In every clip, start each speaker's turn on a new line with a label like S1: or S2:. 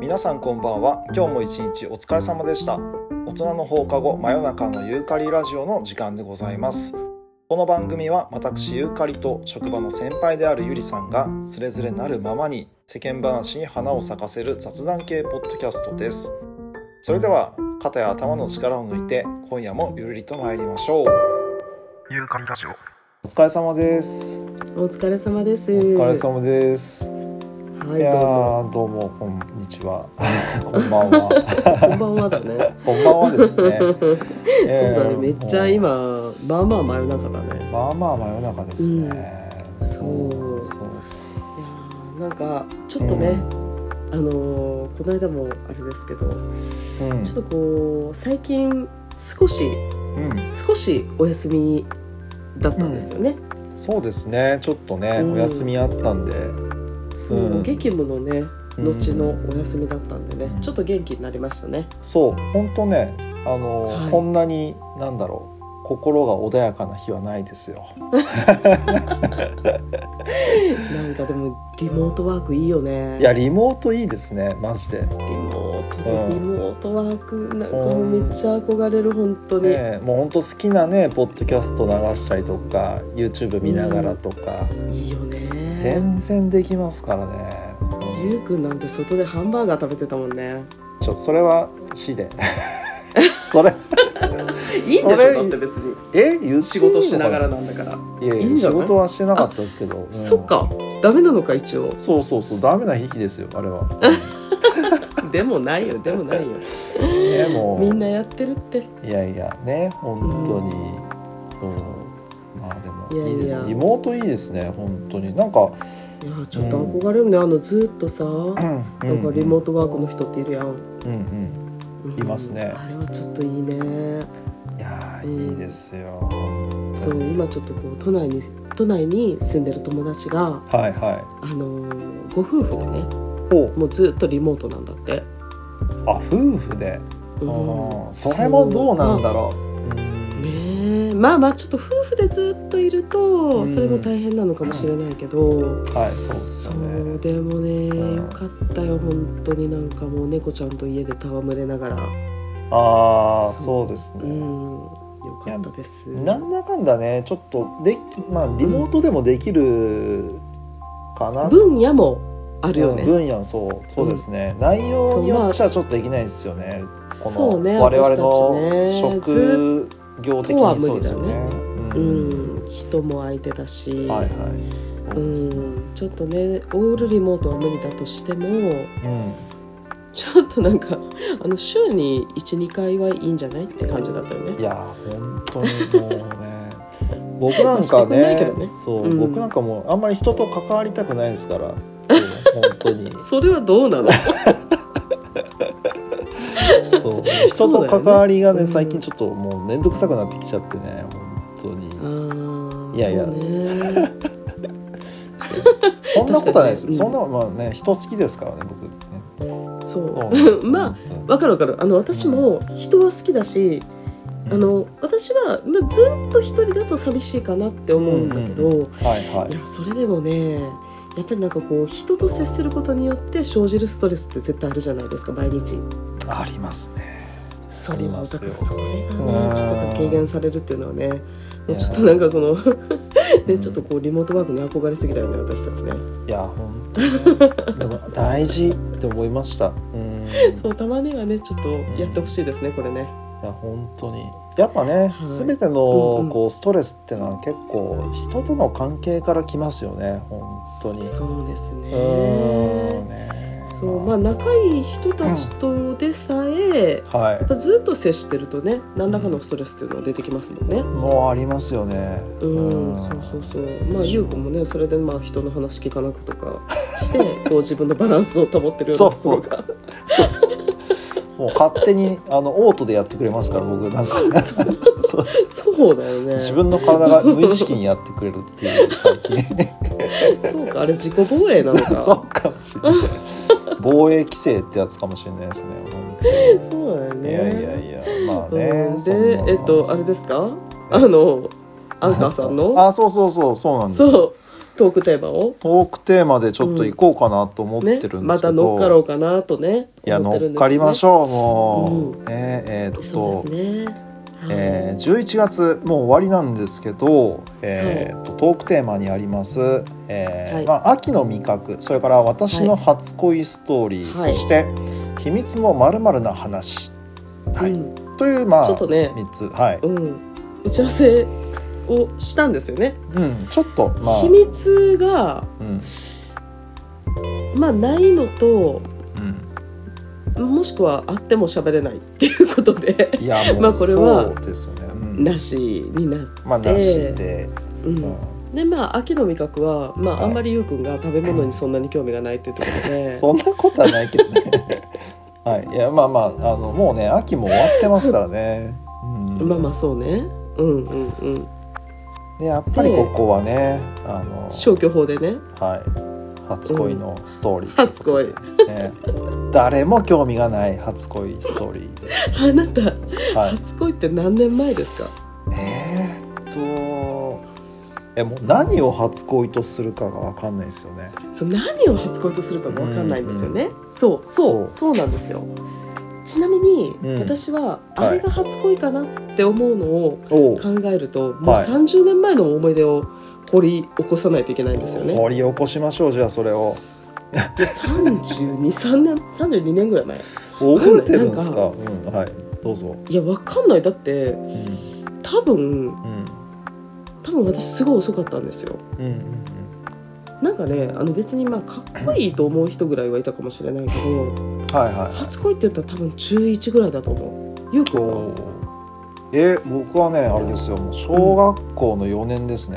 S1: 皆さんこんばんは今日も一日お疲れ様でした大人の放課後真夜中のユーカリラジオの時間でございますこの番組は私ユーカリと職場の先輩であるゆりさんがつれづれなるままに世間話に花を咲かせる雑談系ポッドキャストですそれでは肩や頭の力を抜いて今夜もゆるりと参りましょう
S2: ユーカリラジオ。
S1: お疲れ様です
S3: お疲れ様です。
S1: お疲れ様です、
S3: はいい、
S1: や
S3: ど
S1: ーどうもこんにちは こんばんは
S3: うも。こんばんは だ ね。
S1: こんばんはですね
S3: そうだね。めっちゃ
S1: も
S3: 今、まあまあ真夜中だね。
S1: うまあまあ真夜中ですね、
S3: うんそう
S1: そう
S3: いやーなんか、ちょっとね、あのーこの間もあれですけど、
S1: うん
S3: ちょっとこう、最近、少し、
S1: うん、
S3: 少しお休みだったんですよね。
S1: そうですねちょっとね、
S3: うん
S1: お休みあったんで
S3: そうう、
S1: ん
S3: 激務のね、
S1: うん
S3: 後のお休みだったんでね、
S1: うん
S3: ちょっと元気になりましたね。
S1: そう本当ねあの、
S3: はい
S1: こんなになんだろう心が穏やかな日はないですよ
S3: なんかでも、リモートワークいいよね。
S1: いやリモートいいですねマジで、
S3: リモート
S1: うん
S3: リモートワークなんかもうめっちゃ憧れる本当に、
S1: ね、もう本当好きなねポッドキャスト流したりとか YouTube 見ながらとか、
S3: いいよね
S1: 全然できますからね、うん
S3: ゆうくんなんて外でハンバーガー食べてたもんね
S1: ちょそれは C で それ
S3: いいん
S1: そ
S3: でし
S1: れ
S3: ょだって別に
S1: え言って
S3: 仕事しながらなんだから、
S1: いやいや
S3: いいんじゃない
S1: 仕事はしてなかったですけど、うん
S3: そっかダメなのか一応
S1: そうそうそうダメな引きですよあれ は
S3: でもないよでもないよ
S1: ねもう
S3: みんなやってるって
S1: いやいやね本当に、そうまあでも
S3: いやいや
S1: ねリモートいいですね本当になんか、
S3: いやちょっと憧れるね、あのずっとさなん
S1: う
S3: かリモートワークの人っているや
S1: う
S3: ん、
S1: んうん
S3: うん
S1: いますね
S3: あれはちょっといいね
S1: いやー
S3: うん
S1: いいですよ、
S3: そう今ちょっとこう都内に都内に住んでる友達が
S1: はいは
S3: あのーご夫婦でね
S1: いお
S3: もうずっとリモートなんだって、
S1: あ夫婦で、
S3: う
S1: あ
S3: ん
S1: ーそれもどうなんだろう、うん
S3: ねえまあまあちょっと夫婦でずっといる
S1: う
S3: と
S1: ん
S3: それも大変なのかもしれないけど、
S1: はいそうっす
S3: そ
S1: よね
S3: うでもね、
S1: うん
S3: よかったよ本当になんかもう猫ちゃんと家で戯れながら
S1: ああそうです
S3: う
S1: ね、
S3: んよかったです
S1: なんだかんだねちょっとできまあリモートでもできるかな、
S3: 分野もあるよね、
S1: うん分野もそうそうですね、内容によっちゃちょっとできないですよねこの
S3: そうね
S1: 我々の
S3: 私たちねず
S1: 職業的にそうですよね
S3: ずっ
S1: う
S3: うんん人も相手だし、
S1: はいはい、
S3: うん、ちょっとねオールリモートは無理だとしても
S1: うん
S3: ちょっとなんか あの週に12回はいいんじゃないって感じだったよ
S1: い
S3: ね。
S1: や本当にもうね僕なん
S3: して
S1: か
S3: くんないけ
S1: ね
S3: どね
S1: そう、
S3: うん
S1: 僕なんかもうあんまり人と関わりたくないです からそう本当に
S3: それはど うなの
S1: そう人と関わりがね
S3: うん
S1: 最近ちょっともう面倒くさくなってきちゃってね本当に
S3: あー
S1: いやいや
S3: そ
S1: そ
S3: うね、
S1: んなことはないです、
S3: 確
S1: そ
S3: かに
S1: ん
S3: ね
S1: なまあね人好きですからね僕ねそうなんで
S3: そ
S1: す
S3: う
S1: よ
S3: ま
S1: 本
S3: あわかるわかるあの私も人は好きだし、
S1: 当に
S3: あの私はまあずっと一人だと寂しいかなって思うんだけど、
S1: うはいはい
S3: やそれでもねやっぱりなんかこう人と接することによって生じるストレスって絶対あるじゃないですか毎日。
S1: いありますね
S3: そ
S1: ありますよ
S3: だからそれが
S1: うん
S3: ねちょっとやっぱ軽減されるっていうのはねもうちょっとなんかその ねちょっとこうリモートワークに憧れすぎたよね私たちね
S1: いや本当にでも大事って思いましたうん
S3: そうたまにはねちょっとやってほしいですねこれね
S1: いや本当にやっぱね、
S3: はい
S1: すべての
S3: うんうん
S1: こうストレスってのは結構人との関係からきますよね本当に
S3: そうです
S1: う
S3: ね
S1: ーんね
S3: そうまあ仲いい人たちとでさえ
S1: は
S3: やっ
S1: い
S3: ぱずっと接してるとね何らかのストレスっていうのは出てきますもんね
S1: もうありますよね
S3: うんそうそうそうまあ優子もねそれでまあ人の話聞かなくとか してこう自分のバランスを保ってるようなところが
S1: もう勝手にあのオートでやってくれますから僕なんか そう
S3: そうだよね。
S1: 自分の体が無意識にやってくれるっていう最 近
S3: そうか、あれ自己防衛なの か。
S1: そうかもしれない防衛規制ってやつかもしれないですね本当に
S3: そうだよね。
S1: いやいやいやまあね、
S3: うん
S1: そんな
S3: で
S1: の、
S3: えっと、あれですか。あの、アンカーさんの。
S1: あそうそうそうそうなんですよ
S3: そう。トークテーマを
S1: トークテーマでちょっと行こうかなと思ってるん
S3: ね
S1: ですけど、
S3: また乗っかろうかなとね
S1: いや
S3: 思
S1: 乗
S3: てる
S1: っ
S3: んです
S1: かりまし
S3: ょ
S1: ょうもう、
S3: う
S1: ねえーっ
S3: そ
S1: と
S3: う、ですね、はい
S1: えー、11月もう終わりなんですけど、えーっとトークテーマにあります、えー
S3: はい
S1: まあ、秋の味覚それから私の初恋ストーリー、
S3: はい
S1: そして秘密のまるな話、はい
S3: うん
S1: というまあ
S3: ちょっとね
S1: 3つはい、
S3: うん、打ち合わせをしたんですよね、
S1: うん、ちょっとまあ
S3: 秘、密が
S1: うん
S3: まあないのと
S1: うん、
S3: もしくはあっても喋れないっていうことで
S1: いやもう、
S3: まあこれは
S1: そうですよね、うん、
S3: なしになって、
S1: まあなしで、
S3: う
S1: うん
S3: ん、でまあ秋の味覚は、ま
S1: はい
S3: あ、あんまりゆうくんが食べ物にそんなに興味がないっていうところで、
S1: そんなことはないけど ねはいいやまあまああのもうね秋も終わってますからね、うん
S3: まあまあそうねうんうんうん
S1: でやっぱりここはねあの、
S3: 消去法でね
S1: はい、初恋のストーリー、
S3: 初恋
S1: ね、誰も興味がない初恋ストーリーで、
S3: あなた
S1: はい、
S3: 初恋って何年前ですか
S1: えーっとえもう何を初恋とするかがわかんないですよね
S3: そう何を初恋とするかも分かんないんですよね、そうそうそうなんですよちなみに、
S1: うん
S3: 私はあれが初恋かなって思うのを
S1: お
S3: 考えると、もう
S1: はい
S3: 30年前の思い出を掘り起こさないといけないんですよね、
S1: 掘り起こしましょうじゃあそれを
S3: で323年32年ぐらい前
S1: 覚えてるんですか
S3: な
S1: うんはいどうぞ、
S3: いや分かんないだって
S1: うん
S3: 多分
S1: うん
S3: 多分私すごい遅かったんですよ
S1: うんうん
S3: なんかねあの別にまあかっこいいと思う人ぐらいはいたかもしれないけど
S1: うんはいはい
S3: 初恋って言ったら多分中1ぐらいだと思うゆうくんは
S1: おえ僕はねあれですよもう小学校の4年ですね、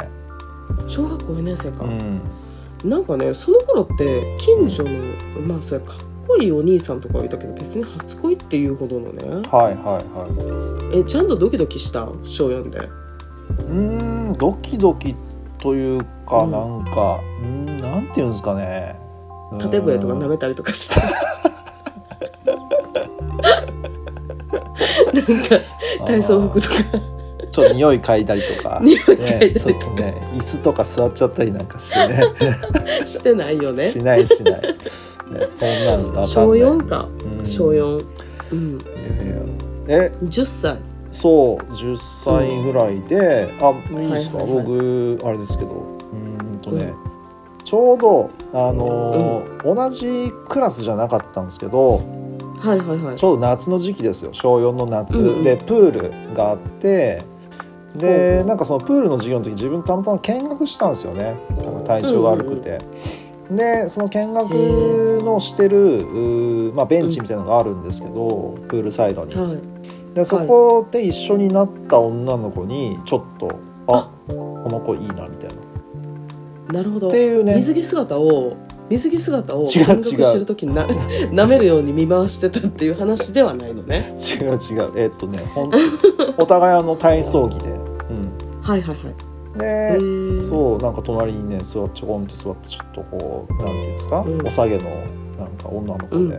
S3: 小学校4年生か、
S1: うん、
S3: なんかねその頃って近所の、まあそれかっこいいお兄さんとかはいたけど別に初恋っていうほどのね
S1: はいはいはい
S3: えちゃんとドキドキした小4で
S1: うーんドキドキというか、
S3: うん
S1: なんかうーんなんていうんですかね
S3: 縦笛とか舐
S1: な
S3: めたりとかしたなんか体操 服とか
S1: ちょっと匂い嗅いだりとか
S3: 匂い嗅い
S1: ね、
S3: だ
S1: ち
S3: り
S1: ょっ
S3: と
S1: と
S3: か
S1: ね椅子とか座っちゃったりなんかしてね
S3: してないよね
S1: しないしない、ね、そんなのわかんない
S3: 小4か
S1: うん
S3: 小4うん
S1: いやいやえ
S3: 10歳
S1: そう10歳ぐらいで、あいいですか、
S3: はいはいはい
S1: 僕あれですけどうーんとね、ちょうどあのー同じクラスじゃなかったんですけど、
S3: はいはいはい
S1: ちょうど夏の時期ですよ小4の夏、
S3: うんうん
S1: でプールがあってでなんかそのプールの授業の時自分たまたま見学したんですよねなんか体調が悪くて。でその見学のしてる、うーまあ、ベンチみたいなのがあるんですけど、プールサイドに。
S3: はい
S1: でそこで一緒になった女の子にちょっと「あこの子いいな」みたいな。
S3: なるほど
S1: っていうね
S3: 水着姿を水着姿
S1: 違
S3: を
S1: う違う
S3: 見学してる時 にな舐めるように見回してたっていう話ではないのね
S1: 違う違うえっとねほんお互いあの体操着で。うん、
S3: はいはいはい
S1: で、
S3: へー
S1: そうなんか隣にね座っちょこんと座ってちょっとこうなんていうんですか、
S3: うん
S1: お下げのなんか女の子で、う
S3: うんん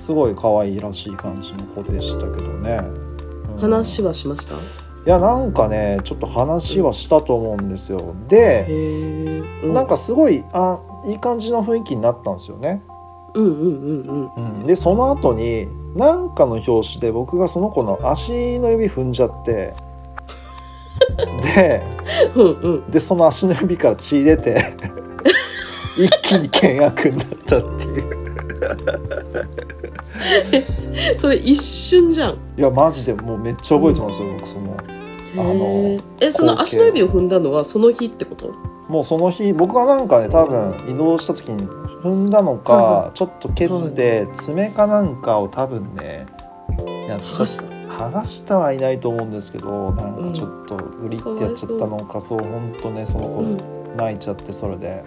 S1: すごい可愛いらしい感じの子でしたけどね、うん
S3: 話
S1: い
S3: はしました
S1: やなんかねちょっと話はしたと思うんですよで、
S3: へえ
S1: なんかすごいあいい感じの雰囲気になったんですよね、
S3: うんうんうんうん
S1: うん、でその後になんかの拍子で僕がその子の足の指踏んじゃって で
S3: うんうん
S1: でその足の指から血出 て一気に険悪になったっていう
S3: それ一瞬じゃん
S1: いやマジでもうめっちゃ覚えてますよ、僕そのあの
S3: へーえその足の指を踏んだのはその日ってこと
S1: もうその日僕はなんかね多分移動した時に踏んだのか、
S3: はい
S1: ちょっと蹴って爪かなんかを多分ねやっちゃ
S3: 剥が
S1: っ
S3: した
S1: 剥がしたはいないと思うんですけどなんかちょっとグリってやっちゃったのか、そう本当ねその
S3: うん
S1: 子泣いちゃってそれで、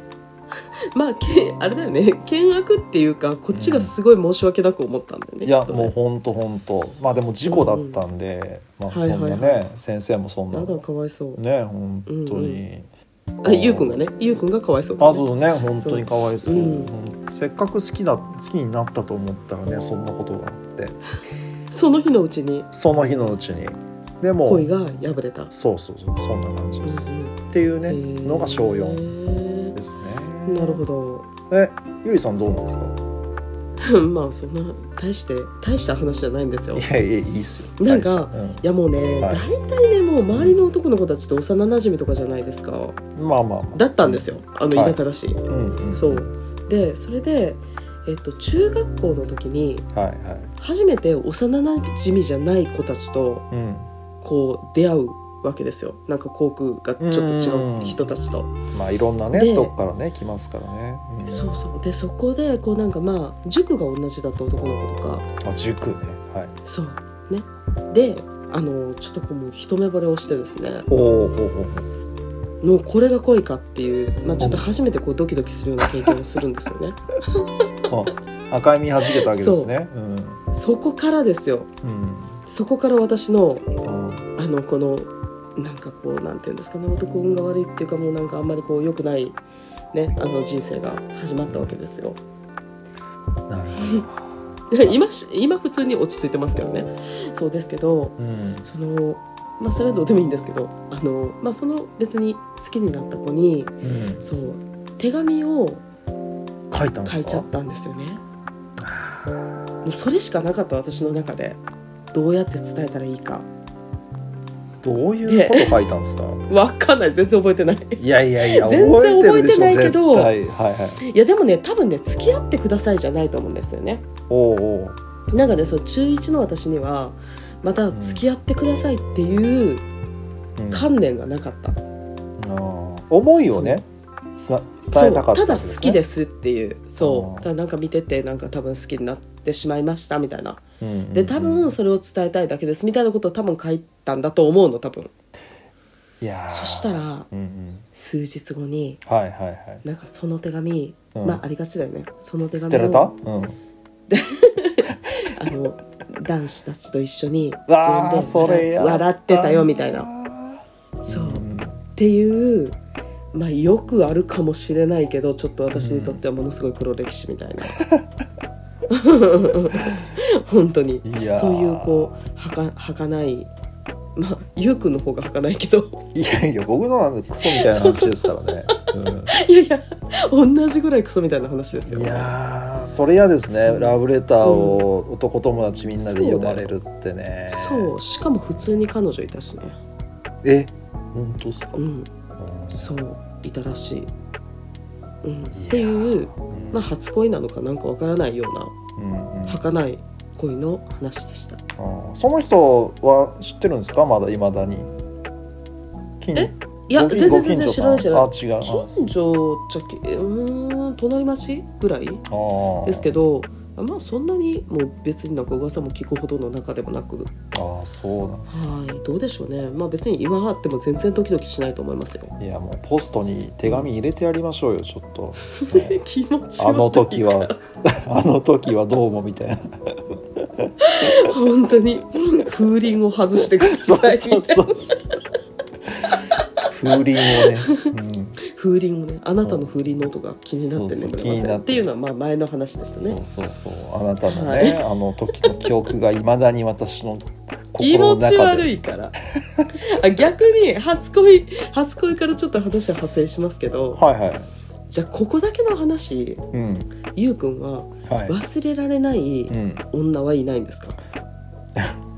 S3: まあけあれだよね険悪っていうかこっちがすごい申し訳なく思ったんだよね
S1: いや
S3: きっとね
S1: もうほんとほんとまあでも事故だったんで、まあそんなね、
S3: はいはい
S1: 先生もそんな
S3: やだかわいそう
S1: ね本当に、
S3: あゆうくんがねゆうくんがかわいそうだね
S1: あそうね本当にかわいそう、
S3: うん
S1: せっかく好きだ好きになったと思ったらねそんなことがあって
S3: その日のうちに
S1: その日のうちにでも
S3: 恋が破れた、
S1: そうそうそうそんな感じです、
S3: うん
S1: っていうね、
S3: うん
S1: のが小
S3: へ
S1: 4
S3: ー
S1: ですね
S3: なるほど
S1: えゆりさんどうなんですか
S3: まあそんな大して大した話じゃないんですよ
S1: いやいやいいっすよ
S3: なんか
S1: 大し
S3: いやもうね、
S1: はい
S3: 大体ねもう周りの男の子たちって幼馴染とかじゃないですか
S1: たうんまあまあま
S3: だったんですよあの
S1: はい
S3: 田舎だし、
S1: あうんうん
S3: そうでそれで、えっと、中学校の時に
S1: はいはい
S3: 初めて幼馴染じゃない子たちと
S1: うん
S3: こう出会うわけですよなんか航空がちょっと違う人たちと。
S1: まあいろんなね
S3: で
S1: とこからね来ますからね、うん
S3: そうそうでそこでこうなんかまあ塾が同じだった男の子とか
S1: あ塾ねはい
S3: そうねであのちょっとこうもう一目惚れをしてですね
S1: おおほうほう
S3: もうこれが恋かっていう、まあ、ちょっと初めてこうドキドキするような経験をするんですよね
S1: ほうあ赤い実はじけたわけですねう
S3: そこからですよ
S1: ん
S3: そこから私の
S1: うん
S3: あのこのなんかこうなんていうんですかね男運が悪いっていうかもうなんかあんまりこう良くないねあの人生が始まったわけですよ
S1: なるほ
S3: 今し今普通に落ち着いてますけどねそうですけ
S1: ど
S3: ど
S1: うん
S3: そのまあそれはどうでもいいんですけどあの、まあ、その別に好きになった子に
S1: うん
S3: そう手紙を
S1: 書いたんで
S3: 書
S1: す
S3: いちゃ
S1: か
S3: ったんですよねもうそれしかなかった私の中でどうやって伝えたらいいか
S1: どういうこと書いたんですか
S3: わかんない 全然覚えてない
S1: いやいやいや
S3: 全然
S1: 覚えてるでしょ
S3: 覚えてないけど
S1: 絶対はいはい
S3: いやでもね多分ね付き合ってくださいじゃないと思うんですよね
S1: おうおう
S3: なんかねそう中1の私にはまた付き合ってくださいっていう
S1: うん
S3: 観念がなかった、
S1: あー思いをねつな伝えたかった
S3: そ
S1: ん
S3: うただ
S1: すね
S3: 好きですっていう
S1: あ
S3: そ
S1: ー
S3: うただなんか見ててなんか多分好きになってしまいましたみたいな
S1: うんうんうん
S3: で多分それを伝えたいだけですみたいなことを多分書いたんだと思うの多分
S1: いやー
S3: そしたら
S1: うんうん
S3: 数日後に
S1: はいはいはい
S3: なんかその手紙、
S1: うん
S3: まあありがちだよねその手紙
S1: 捨
S3: を
S1: てられたうん
S3: あの男子たちと一緒に
S1: あ
S3: 読
S1: ー
S3: んで
S1: それや
S3: 笑ってたよみたいなそううっ
S1: ん
S3: ていうまあよくあるかもしれないけどちょっと私にとってはものすごい黒歴史みたいな本当に
S1: いやー
S3: そういうこうはか儚いまあゆうくんの方が儚いけど
S1: いやいや僕のはクソみたいな話ですから ね、
S3: いやいや同じぐらいクソみたいな話です
S1: う
S3: よ
S1: んいやーそれ嫌ですね
S3: そう
S1: ラブレターを男友達みんなで読まれるってね
S3: そうしかも普通に彼女いたしね
S1: え本当っすか、
S3: うん
S1: うん
S3: そういたらしい、うん、っ
S1: や
S3: ていう、
S1: うん
S3: まあ、初恋なのかなんかわからないよう
S1: うんうん
S3: な儚い恋の話でした
S1: あーその人は知ってるんですかまだいまだに近
S3: えいや
S1: ご近
S3: 全然
S1: ご近
S3: 全然
S1: 所
S3: 知らない知らない
S1: さんあ違うあ
S3: 近所じゃけうーん隣町ぐらい
S1: あー
S3: ですけどまあそんなにもう別になんか噂も聞くほどの中でもなく
S1: あーそうなん
S3: はいどうでしょうねまあ別に今あっても全然ドキドキしないと思いますよ
S1: いやもうポストに手紙入れてやりましょうよちょっと、ね
S3: 気持ち悪
S1: あ
S3: い
S1: の時はあの時はどうもみたいな
S3: 本当に風鈴を外してくだ
S1: そう
S3: さい
S1: そ
S3: み
S1: う
S3: たい
S1: そう風鈴を
S3: な
S1: ね、うん、
S3: 風鈴をねあなたの風鈴の音が気になって
S1: そうそう
S3: 眠れま
S1: 気に
S3: せ
S1: なって
S3: んっていうのはまあ前の話でした
S1: そ
S3: ね
S1: うそうそうあなたのね、
S3: はい
S1: あの時の記憶がいまだに私の
S3: 気
S1: 心
S3: 持
S1: の
S3: ち
S1: 中
S3: 悪
S1: で
S3: いからあ逆に初恋初恋からちょっと話は派生しますけど
S1: はいはい
S3: じゃあここだけの話
S1: うん
S3: ゆうくんは
S1: はい、
S3: 忘れられない
S1: うん、
S3: 女はいないんですか、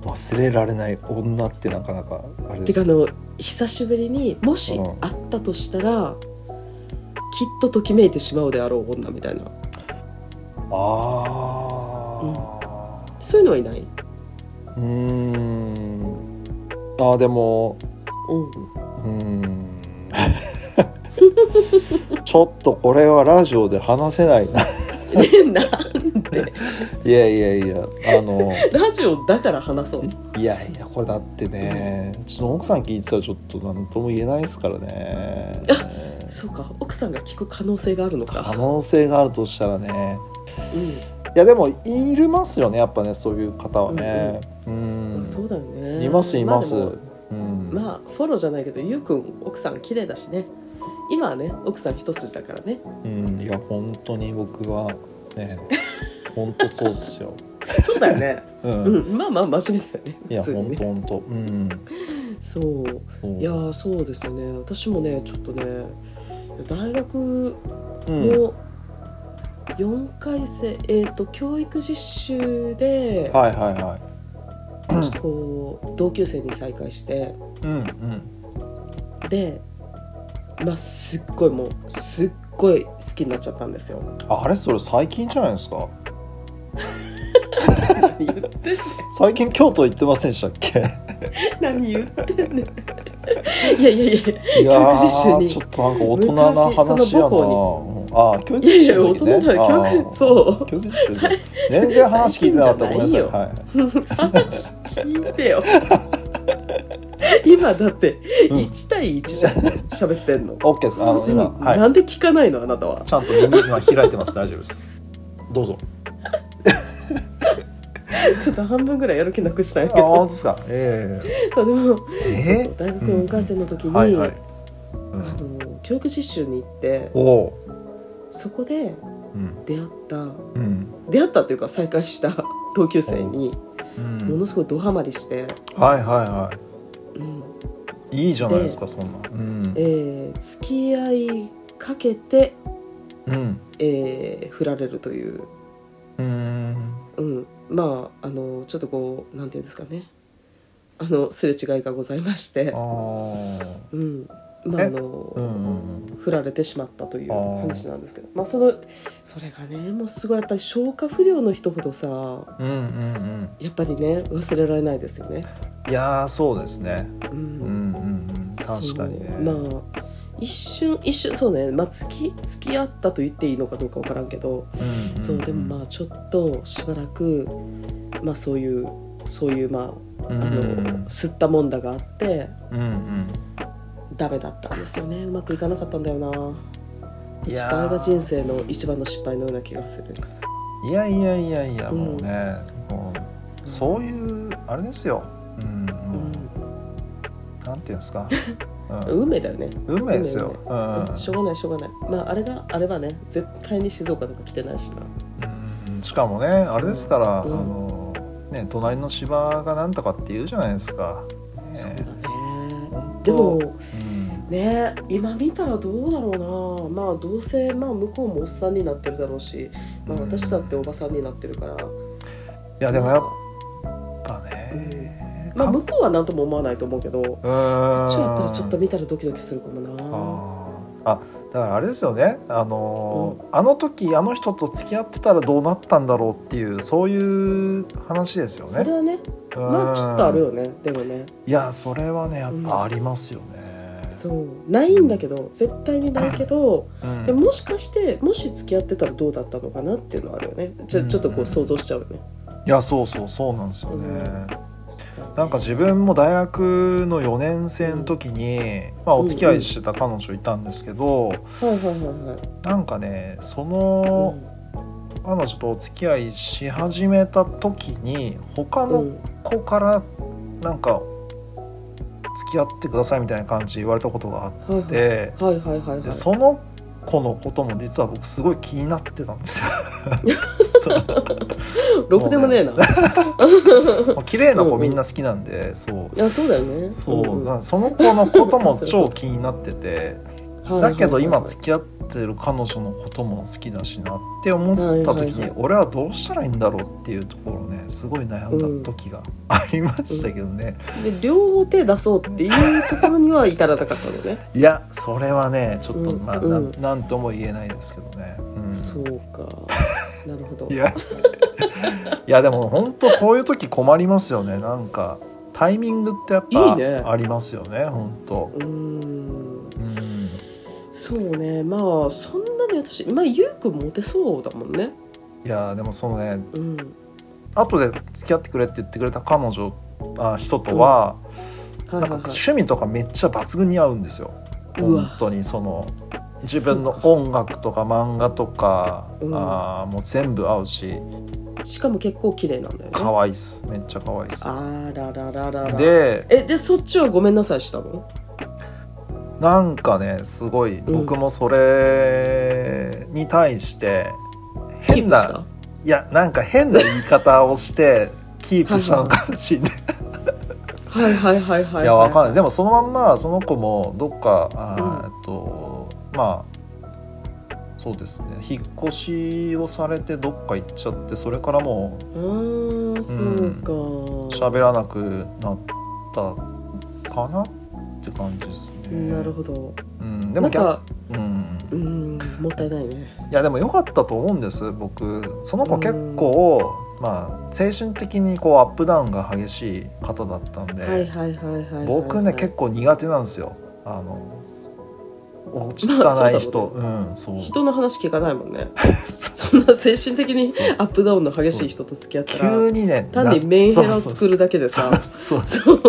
S1: 忘れられない女ってなかなかあれで
S3: てか
S1: す
S3: あの久しぶりにもし
S1: うん
S3: あったとしたら、きっとときめいてしまうであろう女みたいな
S1: あ
S3: そういうのはいない、
S1: ーうーんあーでも
S3: うん、
S1: うーんちょっとこれはラジオで話せないな
S3: でなんで
S1: いやいやいやあの
S3: ラジオだから話そう
S1: いやいやこれだってねうちの奥さん聞いてたらちょっと何とも言えないですからね
S3: そうか奥さんが聞く可能性があるの
S1: 可
S3: か、
S1: 能性があるとしたらね
S3: う
S1: いやでもいるますよねやっぱねそういう方はねうん
S3: まあ、そうだよね
S1: いますいます、
S3: まあでも
S1: うん
S3: まあフォローじゃないけどゆうくん奥さん綺麗だしね今はね奥さん一筋だからね
S1: うんいや本当に僕はね本当そうっすよ
S3: そうだよね
S1: うん
S3: うんまあまあ真面目だよね
S1: いや
S3: 普通
S1: 本
S3: に
S1: 当
S3: ね
S1: 本当うん
S3: そう
S1: そう
S3: いやーそうですよね私もねちょっとね大学
S1: うん
S3: も4回生、えっ、と教育実習で、
S1: はいはいはい
S3: ちょっとこう同級生に再会して
S1: うんうん
S3: でまあすっごいもうすっごい好きになっちゃったんですよ
S1: あれそれ最近じゃないですか
S3: 言って
S1: 最近京都行ってませんでしたっ け
S3: 何言ってんねんいやいやいや
S1: いや
S3: 教育実習
S1: ー
S3: に
S1: ちょっとなんか大人な
S3: 昔
S1: 話
S3: そ
S1: やな
S3: の母
S1: うんあー教育
S3: いやい
S1: 実習
S3: や
S1: の時
S3: 大人
S1: ね
S3: だよ教
S1: あー
S3: 育そ
S1: 教育実習で全然話聞いてなかったごめんなさいは
S3: う話聞いてよ今だって
S1: うん
S3: 1対1じゃん喋ってんの
S1: い OK ですあの今
S3: うん
S1: はい
S3: なんで聞かないのあなたは
S1: ちゃんと耳今開いてます。大丈夫です。どうぞ。
S3: ちょっと半分ぐらいやる気なくしたんや
S1: あ、
S3: けど
S1: 本当ですか。え
S3: そうでも
S1: え
S3: そう
S1: え
S3: そう大学4回生の
S1: え
S3: 時に、
S1: はいはい。う
S3: あ
S1: ん、
S3: の教育実習に行って
S1: おお
S3: そこで
S1: ー。うん。
S3: 出会った
S1: うん。
S3: 出会ったというか再会した 同級生に
S1: う
S3: も
S1: ん。
S3: のすごいドハマりして、
S1: はいはいは
S3: うん
S1: い。いいじゃないですか、そんな。うん
S3: え。ー付き合いかけて、
S1: うん。
S3: えー振られるという、
S1: うん。
S3: うん、まああのちょっとこうなんていうんですかねあのすれ違いがございまして
S1: あ、あ。
S3: うん、まあ
S1: え
S3: あの、
S1: うんうん
S3: 振られてしまったという
S1: あー
S3: 話なんですけどまあそのそれがねもうすごいやっぱり消化不良の人ほどさ
S1: うん。うんうん
S3: やっぱりね忘れられないですよね。
S1: うん。いやー、そうですね。
S3: う
S1: うんう
S3: ん
S1: んうん。確かにね。
S3: そうまあ一瞬一瞬そうね、まあ、付き付き合ったと言っていいのかどうか分からんけど、
S1: うんうん、
S3: そうでもまあちょっとしばらく、まあ、そういうそういうま
S1: あ、う
S3: ああ
S1: ん、
S3: の、
S1: うん
S3: 吸ったもんだがあって
S1: うん。
S3: ダメだったんですよねうまくいかなかったんだよなち
S1: い
S3: ょ
S1: やー
S3: っとあれが人生の一番の失敗のような気がする
S1: いやいやいやいや、もうね。もう
S3: う、
S1: そういう、あれですよ。うん。
S3: う
S1: もうんなんていうん ですか。うん、
S3: 運命だよね、
S1: 運命ですよ。う
S3: うん
S1: ん
S3: しょうがないしょうがないまああれがあればね絶対に静岡とか来てないしな
S1: うん。しかもね、あれですから、
S3: うん
S1: あのね隣の芝がなんとかって言うじゃないですか。ね
S3: そうだね
S1: 本当
S3: でも
S1: うん
S3: ね今見たらどうだろうなまあどうせ、まあ、向こうもおっさんになってるだろうし、まあ、
S1: うん
S3: 私だっておばさんになってるから、
S1: いやでもやっぱね。
S3: まあ、
S1: か
S3: 向こうは何とも思わないと思うけどこ
S1: うーん
S3: っちはやっぱりちょっと見たらドキドキするかもな
S1: あーあだからあれですよね。あのーあの時あの人と付き合ってたらどうなったんだろうっていうそういう話ですよ
S3: それ
S1: ね。
S3: はねまあちょっとあるよねでもね
S1: うん。いやそれはねやっぱありますよね。
S3: そうないんだけど絶対にないけど
S1: うん
S3: でももしかしてもし付き合ってたらどうだったのかなっていうのはあるよねちょちょっとこう想像しちゃうよね
S1: いやそうそうそうなんですよね、
S3: うん
S1: なんか自分も大学の4年生の時に、まあ、お付き合いしてた彼女いたんですけど、
S3: はいはいはいはい
S1: なんかねそうの
S3: ん
S1: 彼女とお付き合いし始めた時に他
S3: う
S1: の
S3: ん
S1: 子からなんか付き合ってくださいみたいな感じで言われたことがあっ
S3: はいはい
S1: て、
S3: はいはいはいはい
S1: でその子のことも実は僕すごい気になってたん ですよ。そう
S3: ろくでもね えな
S1: まあ綺麗な
S3: うん
S1: 子
S3: うん
S1: みんな好きなんで、そう
S3: いやそうだよね
S1: そう、
S3: ん
S1: なんかその子のことも
S3: そうそ
S1: 超
S3: う
S1: 気になってて
S3: はい
S1: だけど今
S3: はい
S1: 付き合ってる彼女のことも好きだしなって思った時
S3: はいはい
S1: に
S3: はい
S1: 俺はどうしたらいいんだろうっていうところねすごい悩んだ時がありましたけどね、
S3: で両方手出そうっていうところには至らなかったのね
S1: いやそれはねちょっと
S3: うん
S1: まあ、
S3: うん
S1: なんなんとも言えないですけどね、うん
S3: そう かなるほど
S1: いや いやでも本当そういう時困りますよねなんかタイミングってやっ
S3: いい
S1: ぱ
S3: ね
S1: ありますよね本当
S3: うー
S1: う
S3: ん
S1: ん
S3: そうねまあそんなに私まあゆうくんモテそうだもんね
S1: いやでもそのね
S3: うん
S1: 後で付き合ってくれって言ってくれた彼女あ人とは、
S3: はいは
S1: ないん
S3: は
S1: か
S3: い
S1: 趣味とかめっちゃ抜群に合うんですよ
S3: うわ
S1: 本当にその自分
S3: そ
S1: の
S3: う
S1: 音楽とか漫画とか、
S3: うん
S1: あーもう全部合うし
S3: しかも結構綺麗なんだよね
S1: 可愛いっすめっちゃ可愛いっす
S3: あららららら
S1: で
S3: えでそっちはごめんなさいしたの
S1: なんかねすごい
S3: うん
S1: 僕もそれに対して
S3: キー
S1: 変
S3: プし
S1: な、
S3: た
S1: いやなんか変な言い方をしてキープしたのかもしれない
S3: はいはいはいはい
S1: いやわかんないいでもそのまんまその子もどっかあー、
S3: うん
S1: えっとまあそうですね引っ越しをされてどっか行っちゃってそれからも
S3: うーん
S1: う
S3: そうか、
S1: 喋らなくなったかなって感じですね。
S3: なるほど
S1: うん、で
S3: で
S1: も
S3: もなん
S1: 逆
S3: か
S1: うん
S3: うーんもったいないね
S1: いやでも良かったと思うんです僕その子結構、まあ、精神的にこうアップダウンが激しい方だったんで、
S3: はいはいはいはい
S1: 僕ね結
S3: 構
S1: 構苦手なんですよあの落ち着かない人、うんそう
S3: 人の話聞かないもんねそんな精神的に
S1: そう
S3: アップダウンの激しい人と付き合った
S1: 急
S3: ら
S1: にね
S3: 単にメンヘラを作
S1: る
S3: るだけでさ
S1: そう
S3: そう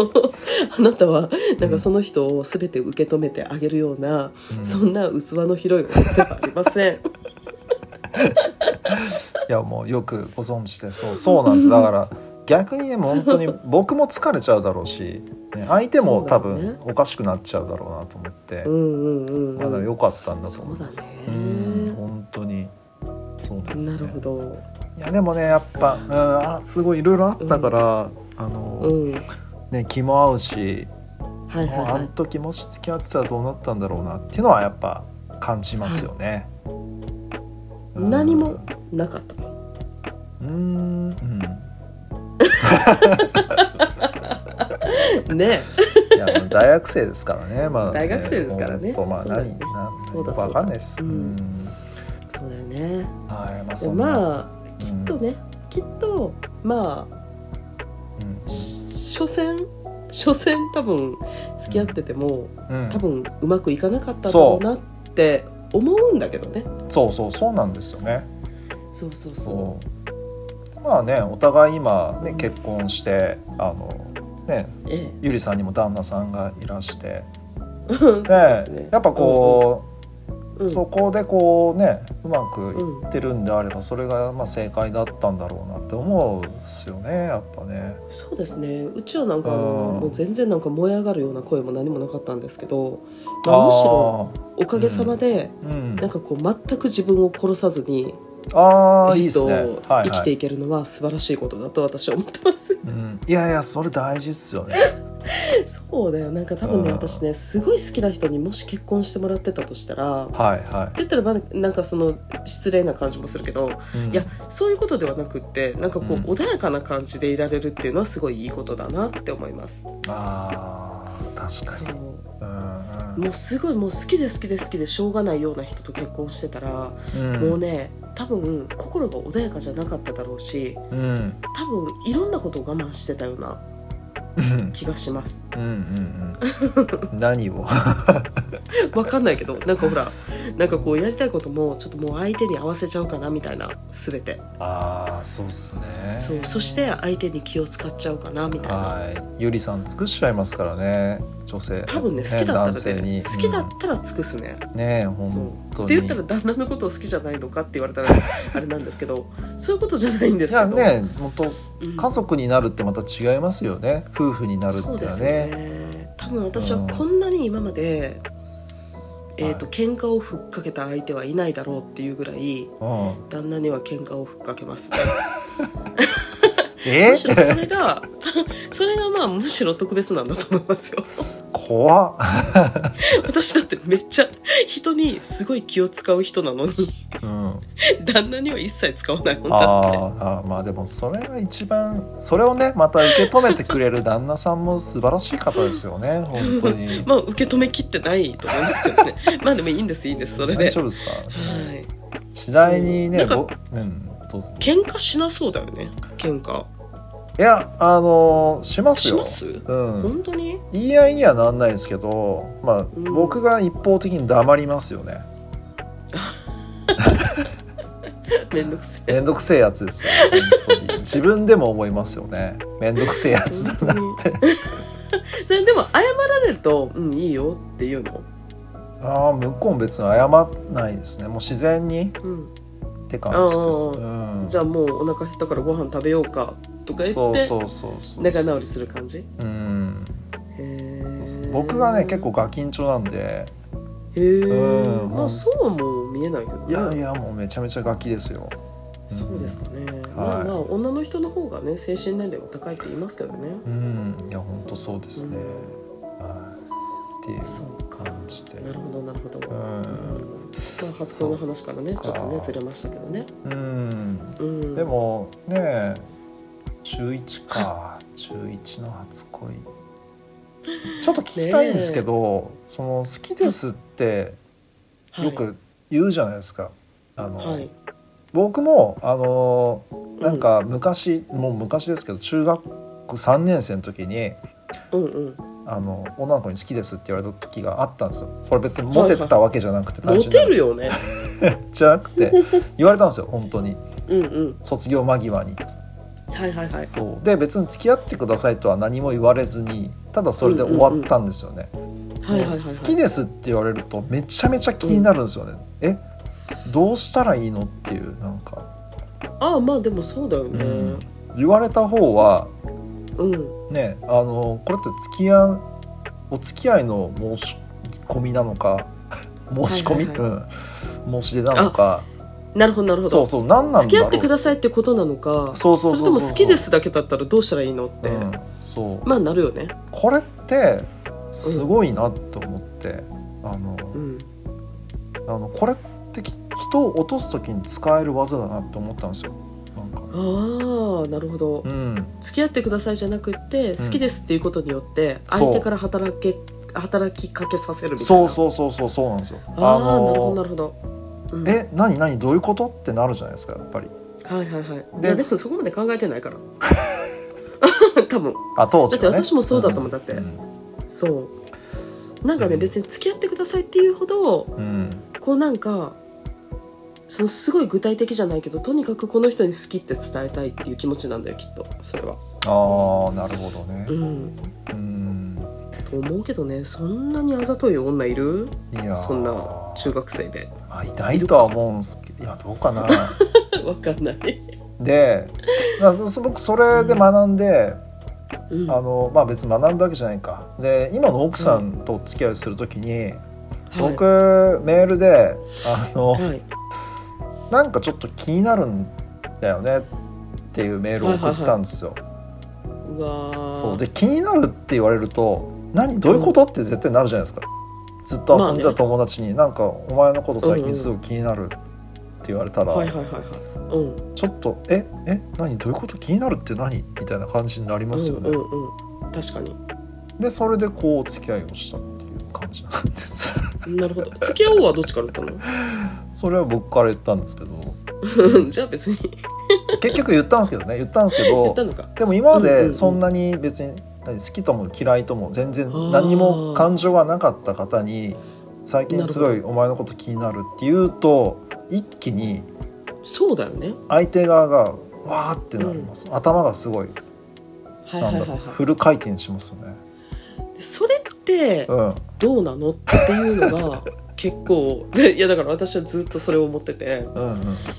S3: あなたはなんかその人を全て受け止めてあげるような、
S1: うん
S3: そんな器の広い男ではありません
S1: いやもうよくご存知でそうそうなんですだから逆にねもう本当 に僕も疲れちゃうだろうし、ね、相手も多
S3: そうだ
S1: 分
S3: ね
S1: おかしくなっちゃうだろうなと思って、
S3: うんうんうん、
S1: まあだから良かったんだと思います。
S3: そ
S1: う
S3: うだ
S1: ん
S3: ね
S1: 本当にそうですね
S3: なるほど、
S1: いやでもねやっぱ、うん、あすごいいろいろあったから、あの、
S3: うん、
S1: ね気も合うし、
S3: はいはい
S1: もうあ
S3: は
S1: の
S3: い
S1: 時もし付き合ってたらどうなったんだろうなっていうのはやっぱ感じますよね。うん
S3: 何もなかった
S1: うーん、うん、
S3: ね
S1: いやまあ大学生ですからねまあね
S3: 大学生ですからね
S1: ほんとまあ
S3: そうだ
S1: 何
S3: よね
S1: 何
S3: そうだ
S1: よくわかんないです。う
S3: そうだうん
S1: ん
S3: そうだよね
S1: はいまあ
S3: で
S1: そ
S3: も
S1: んな、
S3: まあきっとね、きっとまあ
S1: うん
S3: 所詮所詮多分付き合ってても
S1: うん
S3: 多分うまくいかなかったんだろうなって思うんだけどね
S1: そうそうそうなんですよね。
S3: そうそうそ
S1: そうまあねお互い今、ね、結婚してあのね
S3: うえ
S1: ゆりさんにも旦那さんがいらして
S3: え そう
S1: で
S3: ですね
S1: やっぱこ
S3: う
S1: う、
S3: ん
S1: そこでこうねうまく
S3: う
S1: い
S3: ん
S1: ってるんであればそれがまあ正解だったんだろうなって思うんですよねやっぱね。
S3: そうですねうちはなんか
S1: うん
S3: もう全然なんか燃え上がるような声も何もなかったんですけど、まあ、むしろ
S1: あ
S3: おかげさまで
S1: ーうん
S3: なんかこう全く自分を殺さずに、
S1: あーいい
S3: え
S1: で
S3: っと
S1: すね。はい
S3: 生き
S1: は
S3: て
S1: い
S3: いけるのは素晴らしいことだと私は思って ます。
S1: うん、いやいやそれ大事っすよね。
S3: そうだよなんか多分ね
S1: うん
S3: 私ねすごい好きな人にもし結婚してもらってたとしたらって
S1: はいは
S3: 言ったらまだなんかその失礼な感じもするけ
S1: い。
S3: ど
S1: うん
S3: いやそういうことではなくってなんかこう
S1: うん
S3: 穏やかな感じでいられるっていうのはすごいいいことだなって思います。
S1: あー確かに。
S3: そう
S1: うん
S3: もうすごいもう好きで好きで好きでしょうがないような人と結婚してたら、
S1: うん
S3: もうね多分心が穏やかじゃなかっただろうし
S1: うん
S3: 多分いろんなことを我慢してたような
S1: うん
S3: 気がします
S1: うんうんうん何を
S3: 分かんないけどなんかほらなんかこうやりたいこともちょっともう相手に合わせちゃうかなみたいな全て
S1: ああそうっすね
S3: そうそして相手に気を使っちゃうかなみたいな
S1: はいゆりさん尽くしちゃいますからね女性
S3: 多分ね好きだ
S1: 男
S3: った
S1: 性
S3: らね
S1: に
S3: 好きだったら尽くすね、
S1: うんねえ
S3: そう
S1: 本当
S3: っ
S1: に
S3: て言ったら旦那のことを好きじゃないのかって言わ れたらあれなんですけどそういうことじゃないんです
S1: い
S3: けど
S1: やね本当
S3: うん
S1: 家族になるってまた違いますよね夫婦になるって
S3: そう
S1: の
S3: で
S1: は
S3: す
S1: ね
S3: ね多分私はこんなに今まで、えー、と喧嘩をふっかけた相手はいないだろうっていうぐらい
S1: うん
S3: 旦那には喧嘩をふっかけます、 ね、
S1: え
S3: むしろそれが それがまあむしろ特別なんだと思いま すよ
S1: 怖っ
S3: 私だってめっちゃ人にすごい気を使う人なのに
S1: うん
S3: 旦那には一切使わないもんだって
S1: あーあーまあでもそれが一番それをねまた受け止めてくれる旦那さんも素晴らしい方ですよね本当に
S3: まあ受け止めきってないと思うんですけどね まあでもいいんですいいんですそれで
S1: 大丈夫ですか
S3: はい
S1: 次第にね
S3: うんなん
S1: ぼうんどうぞ
S3: 喧嘩しなそうだよね喧嘩
S1: いやあのーします
S3: し
S1: よ
S3: ます
S1: うん、
S3: 本当に
S1: 言い合いにはなんないですけど、まあ、
S3: ん
S1: 僕が一方的に黙りますよね
S3: めんどくせ え
S1: めんどくせえやつですよ本当に自分でも思いますよねめんどくせえやつだな
S3: 本当に それでも謝られると「うんいいよ」っていうの、
S1: あー向こうも別に謝んないですねもう自然に
S3: うん、
S1: って感じです、
S3: あ
S1: うん、
S3: じゃあもうお腹減ったからご飯食べようかとか言
S1: そ
S3: っ
S1: う
S3: て
S1: そうそうそう
S3: 仲直りする感じへ
S1: うん
S3: え
S1: 僕がね結構ガキンチョなんで
S3: へえ、
S1: うん
S3: まあそうはもう見えないけどね
S1: いやいやもうめちゃめちゃガキですよ
S3: そうですかね、ま
S1: は
S3: あ
S1: い
S3: まあ女の人の方がね精神年齢は高いって言いますけどね
S1: うんいや本当そうですね、はいっていう
S3: そうか
S1: 感じで
S3: なるほどなるほど、
S1: う
S3: ま
S1: ん
S3: あ発想の話からねちょっ
S1: そうか
S3: とねずれましたけどね、
S1: うん
S3: うん、
S1: でもねえ中1か中1の初恋ちょっと聞きたいんですけど、その「好きです」って
S3: はい
S1: よく言うじゃないですか。あの
S3: はい
S1: 僕もあの
S3: う
S1: なんか昔、もう昔ですけど中学校3年生の時に
S3: うんうん
S1: あの女の子に「好きです」って言われた時があったんですよ。これ別にモテてたわけじゃなくて、
S3: モ
S1: 単純な
S3: テるよね
S1: じゃなくて言われたんですよ本当に
S3: うんうん
S1: 卒業間際に。
S3: はいはいはい
S1: そうで別に付き合ってくださいとは何も言われずにただそれで終わったんですよね。その
S3: はいはいはいはい
S1: 好きですって言われるとめちゃめちゃ気になるんですよね。えどうしたらいいのっていうなんか、
S3: ああまあでもそうだよ
S1: う
S3: ね
S1: ん言われた方は
S3: うん、
S1: ねあのこれって付き合うお付き合いの申し込みなのか 申し込み、
S3: はいは
S1: うん申し出なのか
S3: なるほどなるほ
S1: そ
S3: ど
S1: うそう何なんだろう
S3: 付き合ってくださいってことなのか
S1: そうそうそうそう
S3: れとも好きですだけだったらどうしたらいいのって、
S1: うん、そう
S3: まあなるよね
S1: これってすごいなと思って、あの
S3: うん
S1: あのこれってき人を落とす時に使える技だなって思ったんですよなんか
S3: ああなるほど、
S1: うん
S3: 付き合ってくださいじゃなくって
S1: うん
S3: 好きですっていうことによって
S1: そう
S3: 相手から働け働きかけさせるみたいな
S1: そうそうそうそうそうなんですよ
S3: ああ
S1: の
S3: なるほどなるほど、うん
S1: え何何どういうことってなるじゃないですかやっぱり
S3: はいはいはい
S1: で
S3: ででもそこまで考えてな いから多分
S1: あ当時は、ね、
S3: だって私もそうだったもんだって
S1: うん
S3: そうなんかね、
S1: うん
S3: 別に付き合ってくださいっていうほど
S1: うん
S3: こうなんかそのすごい具体的じゃないけどとにかくこの人に好きって伝えたいっていう気持ちなんだよきっとそれは
S1: ああなるほどね
S3: うん
S1: うん
S3: と思うけどねそんなにあざとい女いる
S1: いやー
S3: そんな中学生 で
S1: まあいないとは思うんですけどいやどうか な
S3: わかんない、
S1: でまあそそ僕それで学んで、
S3: うん、
S1: あのまあ別に学んだわけじゃないかで今の奥さんとお付き合いするときに、僕メールで「あの、
S3: はい、はい、
S1: なんかちょっと気になるんだよね」っていうメールを送ったんですよ。
S3: うわー
S1: そうで気になるって言われると「何どういうこと?」って絶対なるじゃないですか。ずっと遊んで
S3: まあ
S1: た
S3: ね
S1: 友達に「なんかお前のこと最
S3: うん
S1: 近
S3: うん
S1: すごい気になる」って言われたら、
S3: はいはいはいはいうん
S1: ちょっと「ええ何どういうこと気になるって何?」みたいな感じになりますよね。
S3: うんうんうん確かに
S1: でそれでこうお付き合いをしたっていう感じなんです。
S3: なるほど付き合おうはどっちから言った
S1: それは僕から言ったんですけ ど
S3: のじゃあ別に
S1: 結局言ったんですけどね言ったんですけ
S3: 言
S1: ど
S3: ったのか
S1: でも今ま
S3: うんうんう
S1: で
S3: ん
S1: そんなに別に何好きとも嫌いとも全然
S3: あー
S1: 何も感情がなかった方に最近すご
S3: ないる
S1: お前のこと気になるって言うと一気に
S3: そうだよね
S1: 相手側がわーってなります、頭がすごい
S3: はい
S1: な
S3: は
S1: ん
S3: い
S1: だ
S3: は
S1: ろ、
S3: いうは
S1: フル回転しますよね。
S3: いそれって
S1: うん
S3: どうなのっていう のが結構でいやだから私はずっとそれを思ってて
S1: うんうん
S3: い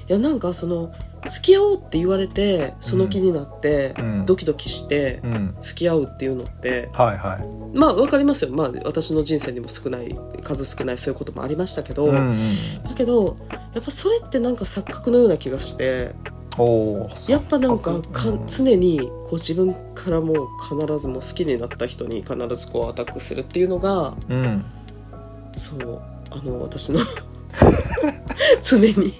S3: やなんかその付き合おうって言われてその気になって、
S1: うん
S3: ドキドキして
S1: うん
S3: 付き合うっていうのって
S1: はいはい。
S3: まあわかりますよまあ私の人生にも少ない数少ないそういうこともありましたけど、
S1: うんうん、
S3: だけどやっぱそれってなんか錯覚のような気がして
S1: おー
S3: やっぱなんか
S1: 錯覚
S3: か
S1: うん
S3: 常にこう自分からもう必ずもう好きになった人に必ずこうアタックするっていうのが
S1: うん
S3: そうあの私の 常に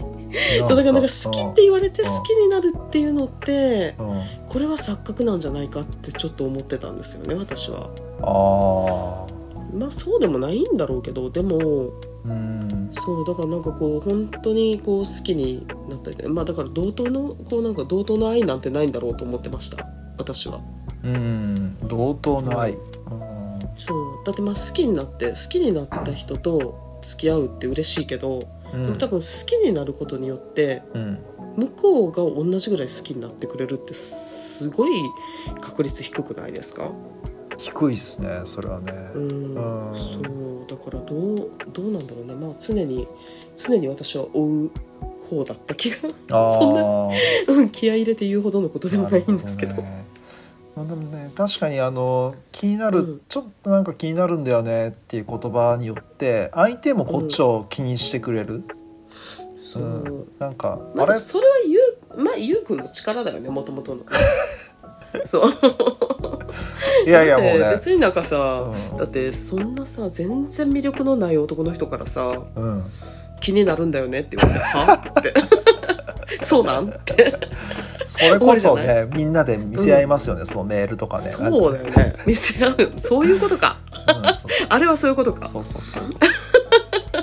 S3: そうだからなんか好きって、言われて好きになるっていうのって
S1: うんうん、
S3: これは錯覚なんじゃないかってちょっと思ってたんですよね私は
S1: ああ
S3: まあそうでもないんだろうけどでも
S1: うん
S3: そうだからなんかこう本当にこう好きになったりとかまあだから同等のこうなんか同等の愛なんてないんだろうと思ってました私は
S1: うん同等の愛。うん
S3: そうだってまあ好きになって好きになった人と付き合うって嬉しいけど、
S1: うん
S3: でも多分好きになることによって
S1: うん
S3: 向こうが同じぐらい好きになってくれるってすごい確率低くないですか
S1: 低いっすねそれはね、
S3: うん
S1: うん
S3: そうだからどうどうなんだろうねまあ常に常に私は追う方だった気が
S1: あ
S3: そんな
S1: あ
S3: うん気合い入れて言うほどのことでもないんですけど
S1: ねまあ、でもね確かにあの気になる、
S3: うん
S1: ちょっとなんか気になるんだよねっていう言葉によって相手もこっちを気にしてくれる、
S3: そう
S1: なんか、
S3: ま
S1: あ
S3: あ
S1: れ
S3: それは言うまあゆうくんの力だよねもとも とのそう
S1: いやいやもう
S3: だって
S1: ね
S3: 別になんかさ、
S1: うん
S3: だってそんなさ全然魅力のない男の人からさ
S1: うん
S3: 気になるんだよねって言われて「は?」って「そうなん?」って
S1: それこそ
S3: 覚
S1: ねみんなで見せ合いますよね、そのメールとかね
S3: そうだよね見せ合うそういうことか
S1: なんかうんそうそう
S3: あれはそういうことか
S1: そうそうそう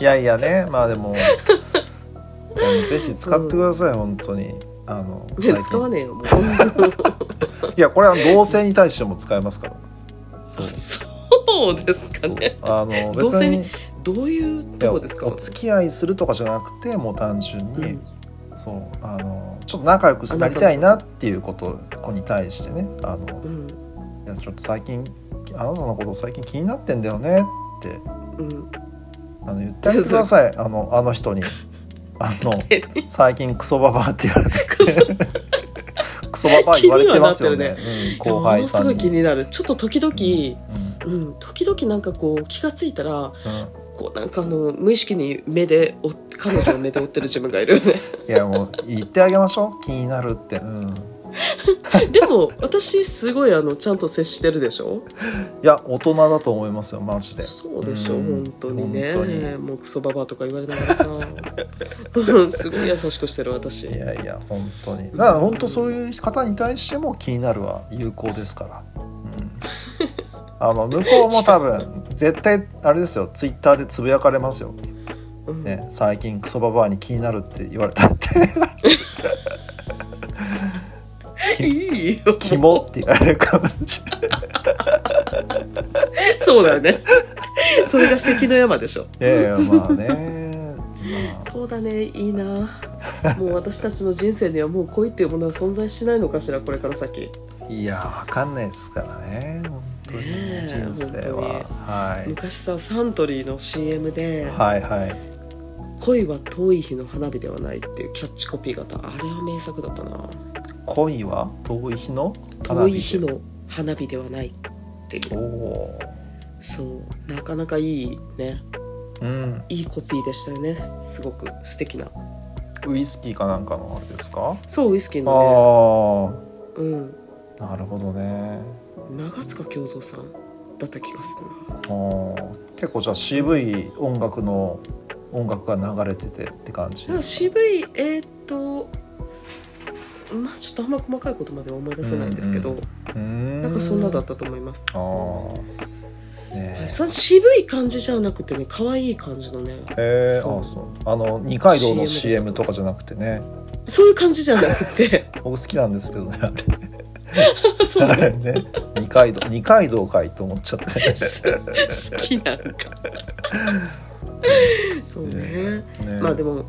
S1: いやいやねまあでもうんぜひ使ってください、本当にあの
S3: ね
S1: 最
S3: 使
S1: 近
S3: わねえよもう
S1: いやこれは同性に対しても使えますからそ
S3: あそうですかね
S1: あの別
S3: 同性に
S1: に
S3: どういうとこですか
S1: いやお付き合いするとかじゃなくてもう単純
S3: う
S1: に、
S3: ん
S1: そうあのちょっと仲良くなりたいなっていうこと子に対してねあの
S3: うん
S1: いやちょっと最近あなたのこと最近気になってんだよねって
S3: うん
S1: あの言ってあげてくださいあのあの人にあの
S3: え
S1: 最近クソババアって言われて
S3: クソ
S1: クソババア言われてますよね
S3: 気
S1: うん、後輩さん
S3: ものすごい気
S1: に。
S3: になるちょっと時々、
S1: うん
S3: うん、時々なんかこう気がついたら
S1: うん
S3: こうなんかあの無意識に目で追って彼女を目で追ってる自分がいるよね
S1: いやもう言ってあげましょう気になるって、うん、
S3: でも私すごいあのちゃんと接してるでしょ
S1: いや大人だと思いますよマジで
S3: そうでしょ
S1: うん
S3: 本当にね
S1: 本当に
S3: もうクソババアとか言われなが らさうんすごい優しくしてる私
S1: いやいや本当にだから本当そういう方に対しても気になるは有効ですから、うん、あの向こうも多分絶対あれですよツイッターでつぶやかれますよ、
S3: うん
S1: ね、最近クソババアに気になるって言われたって き
S3: いいよ
S1: キモって言われるかもしれない
S3: そうだよねそれが関の山でしょ
S1: いやいやまあ ねまあ
S3: そうだねいい なもう私たちの人生にはもう恋っていうものは存在しないのかしらこれから先
S1: いやわかんないですからね本当に
S3: ねえ
S1: 人生はは
S3: 昔さサントリーの CM
S1: い
S3: で、
S1: はいはい
S3: 恋は遠い日の花火ではないっていうキャッチコピー型あれは名作だったな
S1: 恋は遠い日の花
S3: 遠
S1: 火
S3: い日の花火ではないってい
S1: お
S3: う
S1: お
S3: そうなかなかいいね
S1: ーうん
S3: いいコピーでしたよねすごく素敵な
S1: ウイスキーかなんかのあれですか、
S3: そうウイスキー
S1: あ
S3: の
S1: あ
S3: ねうん
S1: なるほどね
S3: 長塚京三さんだった気がす
S1: あ
S3: る
S1: ー結構じゃあ渋い音楽の音楽が流れててって感じ
S3: ななんか渋いえー、っとまあちょっとあんま細かいことまでは思い出せないんですけど、
S1: うんうん
S3: なんかそんなだったと思います、
S1: ああ
S3: は
S1: ね
S3: い、その渋い感じじゃなくてね可愛い感じのね
S1: ええ
S3: そう
S1: あそうあの二階堂の
S3: CM
S1: CM とかじゃなくてね
S3: そういう感じじゃなくて
S1: 僕好きなんですけどねあれあれね二階堂二階堂かいと思っちゃって
S3: 好きなんか そうね、
S1: ね
S3: まあでも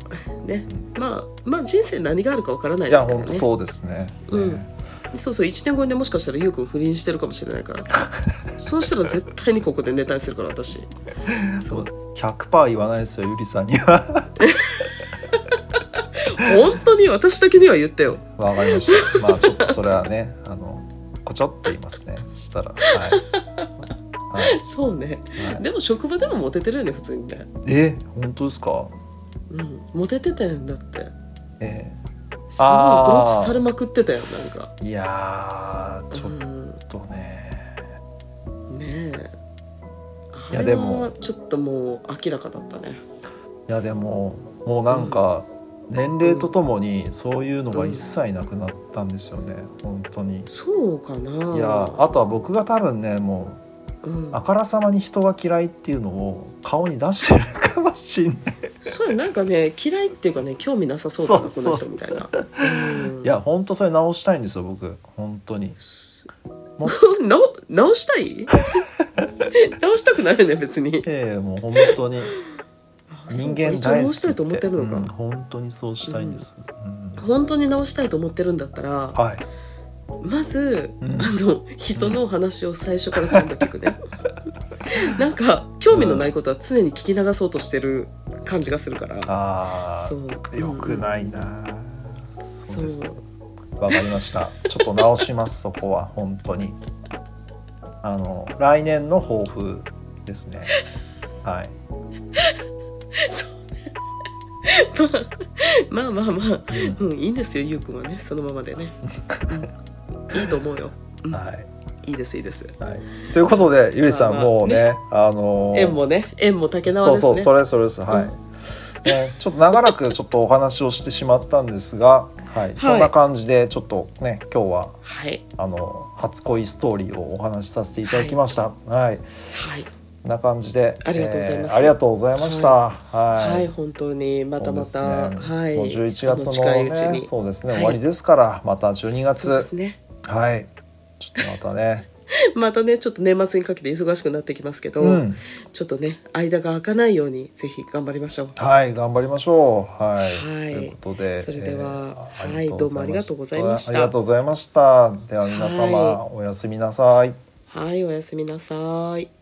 S3: ねまあまあ人生何があるかわからない
S1: い
S3: です
S1: や
S3: から
S1: 本当
S3: ね
S1: そうですね。
S3: うん
S1: ね
S3: そうそう1年後にねもしかしたらゆうくん不倫してるかもしれないから そうしたら絶対にここでネタにするから私そう
S1: 100%言わないですよゆりさんには。
S3: 本当に私だけには言ったよ
S1: わかりました。まあちょっとそれはねあのこちょっと言いますね。そしたらはい。はい
S3: そうね
S1: はい
S3: でも職場でもモテてるよね普通にね
S1: え本当ですか。
S3: うんモテてたんだって
S1: え
S3: すごい
S1: あー
S3: 同知されまくってたよなんか
S1: ーいやーちょっ
S3: うん
S1: とね。
S3: ねえ
S1: いや
S3: あれ
S1: でも
S3: はちょっともう明らかだったね
S1: いやでももうなんか。年齢とともにそういうのが一切なくなったんですよね、本当に
S3: そうかない
S1: いやあとは僕が多分ねもう
S3: うん
S1: あからさまに人が嫌いっていうのを顔に出してるかもしんない
S3: そうやなんかね嫌いっていうかね興味なさそうだな
S1: そ
S3: こ
S1: う
S3: の
S1: そ
S3: 人
S1: う
S3: みたいな、うん
S1: いやほんとそれ直したいんですよ僕本当にも
S3: な直したい 直したくないよね別に
S1: ええもう本当 に人間
S3: そうか一応
S1: 大好
S3: 直
S1: き
S3: したいと思ってる
S1: うん
S3: のか、
S1: 本当にそうしたいんです、うん
S3: 本当に直したいと思ってるんだったら
S1: はい
S3: まず、
S1: うん
S3: あの人のお話を最初からちゃんと聞くねなんか興味のないことは常に聞き流そうとしてる感じがするから、
S1: あ
S3: そう
S1: あよく
S3: い、
S1: ないなそうです
S3: そう
S1: わかりましたちょっと直しますそこは本当にあの来年の抱負ですねはい
S3: まあまあまあ、
S1: うん
S3: うん、いいんですよゆうくんはねそのままでね、うんいいと思うよ、うん
S1: はい
S3: いいですいいです
S1: はい、ということでゆりさん、
S3: まあまあ
S1: もうねあのー
S3: 縁もね縁も竹縄
S1: そう
S3: です
S1: そ
S3: ね
S1: うそれそれですはい、ねちょっと長らくちょっとお話をしてしまったんですが、はいそんな感じでちょっとね今日は
S3: はい
S1: あの初恋ストーリーをお話しさせていただきました。はい、こ
S3: はい、
S1: んな感じで
S3: ありがとうございます
S1: ありがとうございました。はい。
S3: はい、本当にまたまた、はい
S1: 五十一月の
S3: あ近いうち
S1: ね、
S3: に
S1: そうですね、
S3: はい
S1: 終わりですから、また12
S3: そうで
S1: 月
S3: す、ね
S1: はい。ちょっとまたね、
S3: またねちょっと年末にかけて忙しくなってきますけど、
S1: うん、
S3: ちょっとね間が空かないようにぜひ頑張りましょう
S1: はい、頑張りましょう。はい。
S3: はい
S1: ということで、
S3: それでは
S1: えー
S3: はいどうもありがとうございました
S1: ありがとうございました。では皆様、
S3: は
S1: おやすみなさい。
S3: はいおやすみなさい